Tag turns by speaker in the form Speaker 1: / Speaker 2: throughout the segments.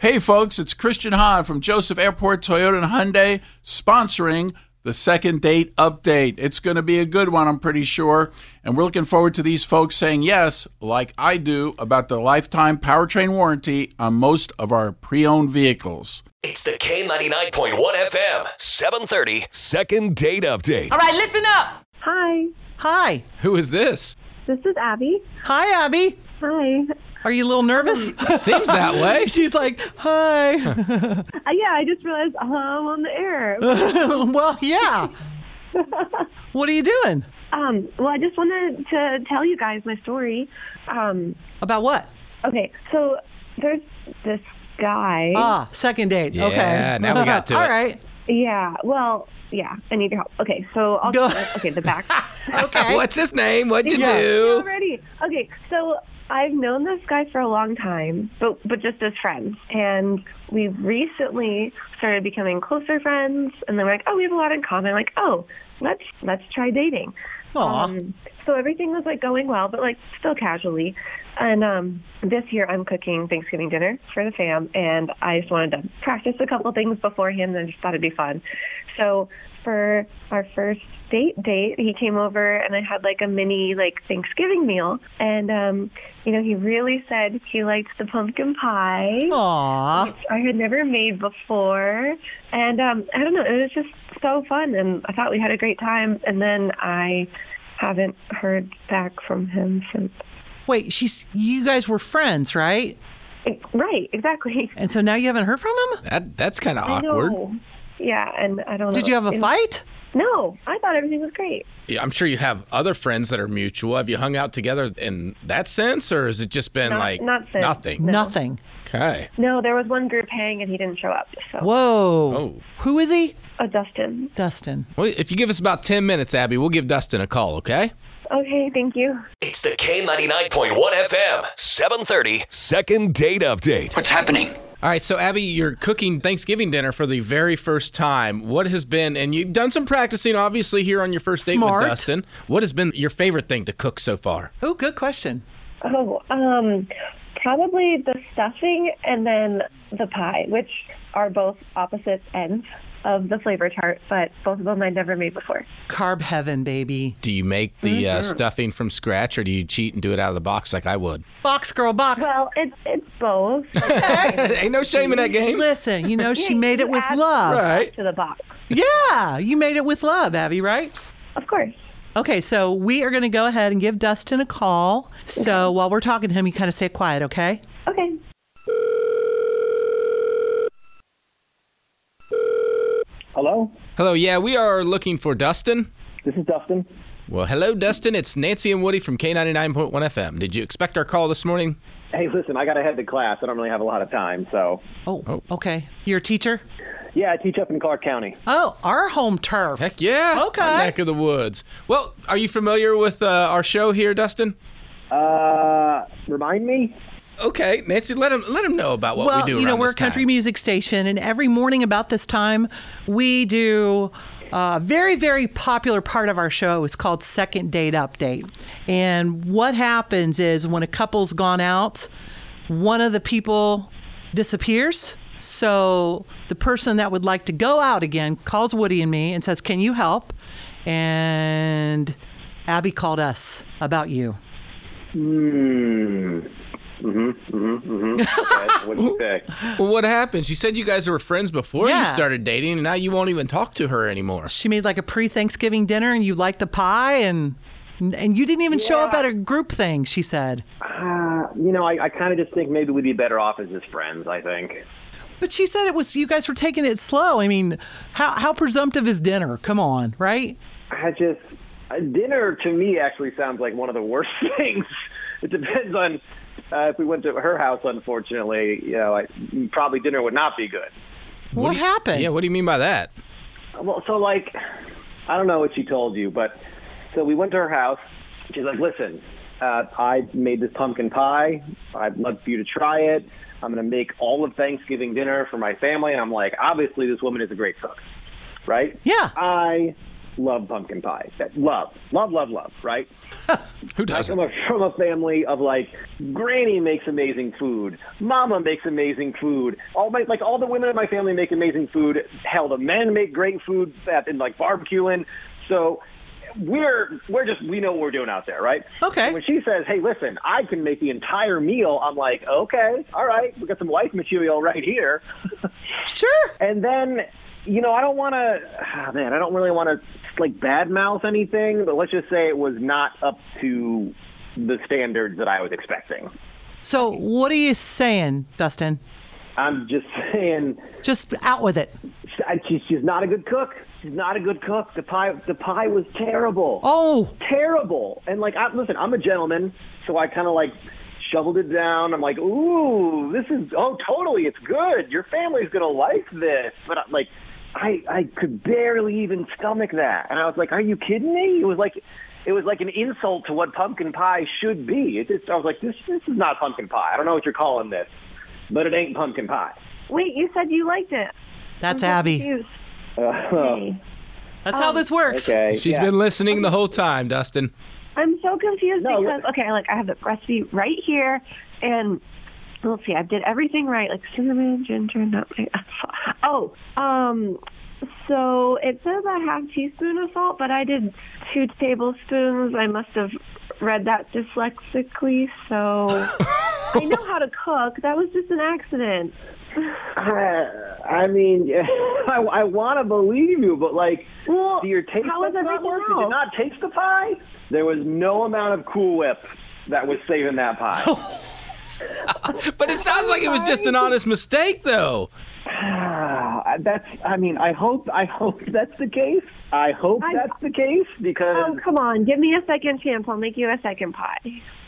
Speaker 1: Hey, folks, it's Christian Hahn from Joseph Airport Toyota and Hyundai sponsoring the second date update. It's going to be a good one, I'm pretty sure. And we're looking forward to these folks saying yes, like I do, about the lifetime powertrain warranty on most of our pre owned vehicles.
Speaker 2: It's the K99.1 FM, 730.
Speaker 3: Second date update.
Speaker 4: All right, listen up.
Speaker 5: Hi,
Speaker 4: Hi.
Speaker 6: Who is this?
Speaker 5: this is Abby.
Speaker 4: Hi, Abby.
Speaker 5: Hi.
Speaker 4: Are you a little nervous?
Speaker 6: Seems that way.
Speaker 4: She's like, hi.
Speaker 5: Uh, yeah, I just realized uh, I'm on the air.
Speaker 4: well, yeah. What are you doing?
Speaker 5: Um, well, I just wanted to tell you guys my story. Um,
Speaker 4: About what?
Speaker 5: okay, so there's this guy.
Speaker 4: Ah, second date. okay.
Speaker 6: Yeah, now we got to
Speaker 4: All
Speaker 6: it.
Speaker 4: right.
Speaker 5: yeah, well, yeah, I need your help. Okay, so I'll
Speaker 4: Go-
Speaker 5: okay the back.
Speaker 4: Okay.
Speaker 6: What's his name? What'd you
Speaker 5: Yeah,
Speaker 6: do?
Speaker 5: already. Okay, so I've known this guy for a long time, but but just as friends. And we recently started becoming closer friends. And then we're like, oh, we have a lot in common. Like, oh, let's let's try dating.
Speaker 4: Aw.
Speaker 5: Um, so everything was like going well, but like still casually. And um, this year I'm cooking Thanksgiving dinner for the fam, and I just wanted to practice a couple things beforehand, and I just thought it'd be fun. So for our first date date, he came over, and I had like a mini like Thanksgiving meal, and um, you know he really said he liked the pumpkin pie.
Speaker 4: Aw.
Speaker 5: I had never made before. And um, I don't know, it was just so fun. And I thought we had a great time. And then I haven't heard back from him since.
Speaker 4: Wait, she's you guys were friends, right?
Speaker 5: Right, exactly.
Speaker 4: And so now you haven't heard from him?
Speaker 6: That, that's kind of
Speaker 5: I
Speaker 6: awkward.
Speaker 5: know. Yeah, and I don't know.
Speaker 4: Did you have a
Speaker 5: And-
Speaker 4: fight?
Speaker 5: No, I thought everything was great.
Speaker 6: Yeah, I'm sure you have other friends that are mutual. Have you hung out together in that sense, or has it just been
Speaker 5: Not-
Speaker 6: like
Speaker 5: not since.
Speaker 6: nothing?
Speaker 5: No.
Speaker 4: Nothing.
Speaker 6: Okay.
Speaker 5: No, there was one group hang and he didn't show up. So,
Speaker 4: Whoa.
Speaker 6: Oh.
Speaker 4: Who is he?
Speaker 5: Uh, Dustin.
Speaker 4: Dustin.
Speaker 6: Well, if you give us about 10 minutes, Abby, we'll give Dustin a call, okay?
Speaker 5: Okay, thank you.
Speaker 2: It's the K99.1 FM, 730.
Speaker 3: Second date update.
Speaker 7: What's happening?
Speaker 6: All right, so Abby, you're cooking Thanksgiving dinner for the very first time. What has been, and you've done some practicing obviously here on your first date
Speaker 4: Smart.
Speaker 6: with Dustin. What has been your favorite thing to cook so far?
Speaker 4: Oh, good question.
Speaker 5: Oh, um, probably the stuffing and then the pie, which are both opposite ends of the flavor chart, but both of them I'd never made before.
Speaker 4: Carb heaven, baby.
Speaker 6: Do you make the uh,
Speaker 4: Mm-hmm.
Speaker 6: stuffing from scratch, or do you cheat and do it out of the box like I would?
Speaker 4: Box girl, box.
Speaker 5: Well, it's it's both
Speaker 6: Ain't no shame in that game.
Speaker 4: Listen, you know she made it with
Speaker 5: add-
Speaker 4: love.
Speaker 6: Right.
Speaker 5: to the box,
Speaker 4: Yeah, you made it with love, Abby, right?
Speaker 5: of course.
Speaker 4: Okay, so we are going to go ahead and give Dustin a call. So while we're talking to him, you kind of stay quiet, okay?
Speaker 5: Okay.
Speaker 8: Hello,
Speaker 6: Hello, yeah, we are looking for Dustin.
Speaker 8: this is Dustin.
Speaker 6: Well, hello, Dustin. It's Nancy and Woody from K99.1 FM. Did you expect our call this morning?
Speaker 8: Hey, listen, I got to head to class. I don't really have a lot of time, so
Speaker 4: Oh,
Speaker 6: Oh.
Speaker 4: okay. You're a teacher?
Speaker 8: yeah, I teach up in Clark County.
Speaker 4: Oh, our home turf.
Speaker 6: Heck yeah.
Speaker 4: Okay.
Speaker 6: My neck of the woods. Well, are you familiar with uh, our show here, Dustin?
Speaker 8: Uh, remind me.
Speaker 6: Okay, Nancy, let him let him know about what
Speaker 4: well,
Speaker 6: we do.
Speaker 4: you know,
Speaker 6: around
Speaker 4: we're
Speaker 6: this
Speaker 4: a country
Speaker 6: time.
Speaker 4: music station, and every morning about this time, we do a very, very popular part of our show is called Second Date Update. And what happens is when a couple's gone out, one of the people disappears. So the person that would like to go out again calls Woody and me and says, Can you help? And Abby called us about you.
Speaker 8: Hmm. Mhm. Mhm. Mhm. Okay. What do you say?
Speaker 6: Well, what happened? She said you guys were friends before
Speaker 4: Yeah.
Speaker 6: you started dating, and now you won't even talk to her anymore.
Speaker 4: she made like a pre-Thanksgiving dinner and you liked the pie and and you didn't even show up at a group thing, she said.
Speaker 8: Uh, you know, I, I kind of just think maybe we'd be better off as just friends. I think.
Speaker 4: But she said it was you guys were taking it slow. I mean, how how presumptive is dinner? Come on, right?
Speaker 8: I just uh, dinner to me actually sounds like one of the worst things. It depends on uh, if we went to her house. Unfortunately, you know, I, probably dinner would not be good.
Speaker 4: What,
Speaker 6: do you-
Speaker 4: happened?
Speaker 6: Yeah, what do you mean by that?
Speaker 8: Well, so like, I don't know what she told you, but so we went to her house. She's like, "Listen, uh, I made this pumpkin pie. I'd love for you to try it. I'm going to make all of Thanksgiving dinner for my family." And I'm like, "Obviously, this woman is a great cook, right?"
Speaker 4: Yeah.
Speaker 8: I love pumpkin pie. That- Love, love, love, love, right?
Speaker 6: Who
Speaker 8: I
Speaker 6: doesn't?
Speaker 8: come a- from a family of like granny makes amazing food, mama makes amazing food. All my like all the women in my family make amazing food. Hell, the men make great food at- in like barbecuing. So we're we're just we know what we're doing out there, right?
Speaker 4: Okay.
Speaker 8: And when she says, "Hey, listen, I can make the entire meal," I'm like, "Okay, all right, we got some wife material right here."
Speaker 4: Sure.
Speaker 8: And then, you know, I don't want to, oh, man, I don't really want to like badmouth anything, but let's just say it was not up to the standards that I was expecting.
Speaker 4: So what are you saying, Dustin?
Speaker 8: I'm just saying,
Speaker 4: Just out with it.
Speaker 8: I- she's, she's not a good cook. She's not a good cook. The pie, the pie was terrible.
Speaker 4: Oh,
Speaker 8: terrible. And like, I, listen, I'm a gentleman, so I kind of like shoveled it down. I'm like, ooh, this is oh, totally, it's good. Your family's gonna like this. But I, like, I I could barely even stomach that, and I was like, are you kidding me? It was like. It was like an insult to what pumpkin pie should be. It just, I was like, this, this is not pumpkin pie. I don't know what you're calling this, but it ain't pumpkin pie.
Speaker 5: Wait, you said you liked it.
Speaker 4: that's Abby.
Speaker 5: Jeez.
Speaker 4: That's how this works.
Speaker 8: Okay.
Speaker 6: She's
Speaker 8: yeah.
Speaker 6: been listening the whole time, Dustin.
Speaker 5: I'm so confused
Speaker 8: No,
Speaker 5: because okay, like I have the recipe right here, and let's see, I did everything right, like cinnamon, ginger, nutmeg. Oh, um, so it says I have teaspoon of salt, but I did two tablespoons. I must have read that dyslexically, so I know how to cook. That was just an accident.
Speaker 8: I, I mean, I, I want to believe you, but like,
Speaker 5: Well,
Speaker 8: do your taste
Speaker 5: how
Speaker 8: buds
Speaker 5: is everything
Speaker 8: not work? Did you
Speaker 5: else?
Speaker 8: not taste the pie? There was no amount of Cool Whip that was saving that pie.
Speaker 6: But it sounds like it was just an honest mistake, though.
Speaker 8: Ah, that's. I mean, I hope. I hope that's the case. I hope
Speaker 5: I-
Speaker 8: that's the case because
Speaker 5: Oh, come on, give me a second chance. I'll make you a second pie.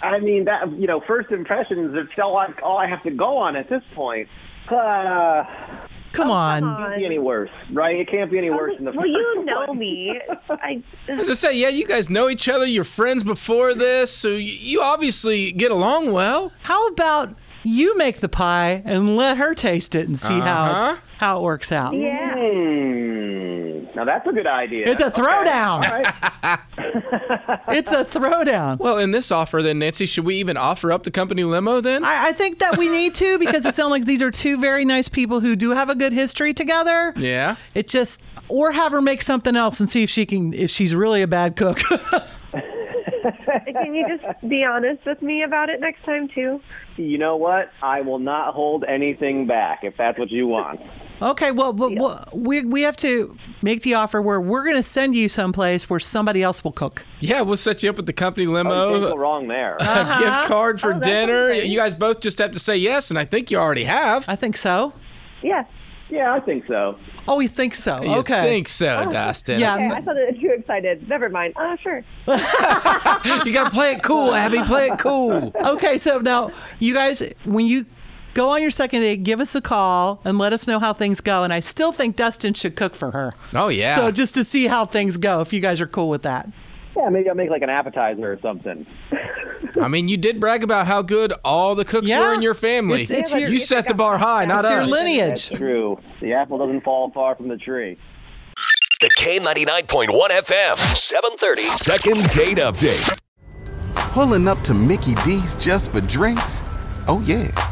Speaker 8: I mean that. You know, first impressions. It's all I, all I have to go on at this point. Uh,
Speaker 4: Oh, Come on.
Speaker 8: can't be any worse, right? It can't be any worse than the.
Speaker 5: Well,
Speaker 8: first
Speaker 5: you know
Speaker 8: one.
Speaker 5: me. I.
Speaker 6: As I say, yeah, you guys know each other. You're friends before this, so y- you obviously get along well.
Speaker 4: How about you make the pie and let her taste it and see how
Speaker 6: Uh-huh.
Speaker 4: it's, how it works out?
Speaker 5: Yeah.
Speaker 8: Hmm. Now that's a good idea.
Speaker 4: It's a throwdown. it's a throwdown.
Speaker 6: Well, in this offer, then, Nancy, should we even offer up the company limo then?
Speaker 4: I, I think that we need to because it sounds like these are two very nice people who do have a good history together.
Speaker 6: yeah.
Speaker 4: It just or have her make something else and see if she can if she's really a bad cook.
Speaker 5: Can you just be honest with me about it next time too?
Speaker 8: you know what? I will not hold anything back if that's what you want.
Speaker 4: okay, well, but well, we we have to make the offer where we're going to send you someplace where somebody else will cook.
Speaker 6: Yeah, we'll set you up with the Uh, company
Speaker 8: Oh, you can't
Speaker 6: limo,
Speaker 8: go wrong there.
Speaker 6: a gift card for
Speaker 5: Oh, that
Speaker 6: dinner.
Speaker 5: sounds great.
Speaker 6: You guys both just have to say yes, and I think you already have.
Speaker 4: I think so.
Speaker 5: Yes.
Speaker 8: yeah, I think so.
Speaker 4: Oh, you think so?
Speaker 6: You
Speaker 4: okay.
Speaker 6: think so, Dustin?
Speaker 4: Yeah.
Speaker 5: Okay, I thought it was too excited. Never mind. Oh, sure.
Speaker 6: you gotta play it cool, Abby. Play it cool.
Speaker 4: Okay, so now you guys, when you go on your second date, give us a call and let us know how things go. And I still think Dustin should cook for her.
Speaker 6: Oh yeah.
Speaker 4: So just to see how things go, if you guys are cool with that.
Speaker 8: Yeah, maybe I'll make like an appetizer or something.
Speaker 6: I mean, you did brag about how good all the cooks
Speaker 4: Yeah.
Speaker 6: were in your family.
Speaker 4: It's- it's
Speaker 5: Yeah, but your-
Speaker 6: you set the bar high, not
Speaker 4: It's your
Speaker 6: us.
Speaker 8: That's
Speaker 4: lineage.
Speaker 8: true. The apple doesn't fall far from the tree.
Speaker 2: The K99.1 FM, 730.
Speaker 3: Second date update.
Speaker 7: Pulling up to Mickey D's just for drinks? Oh, yeah,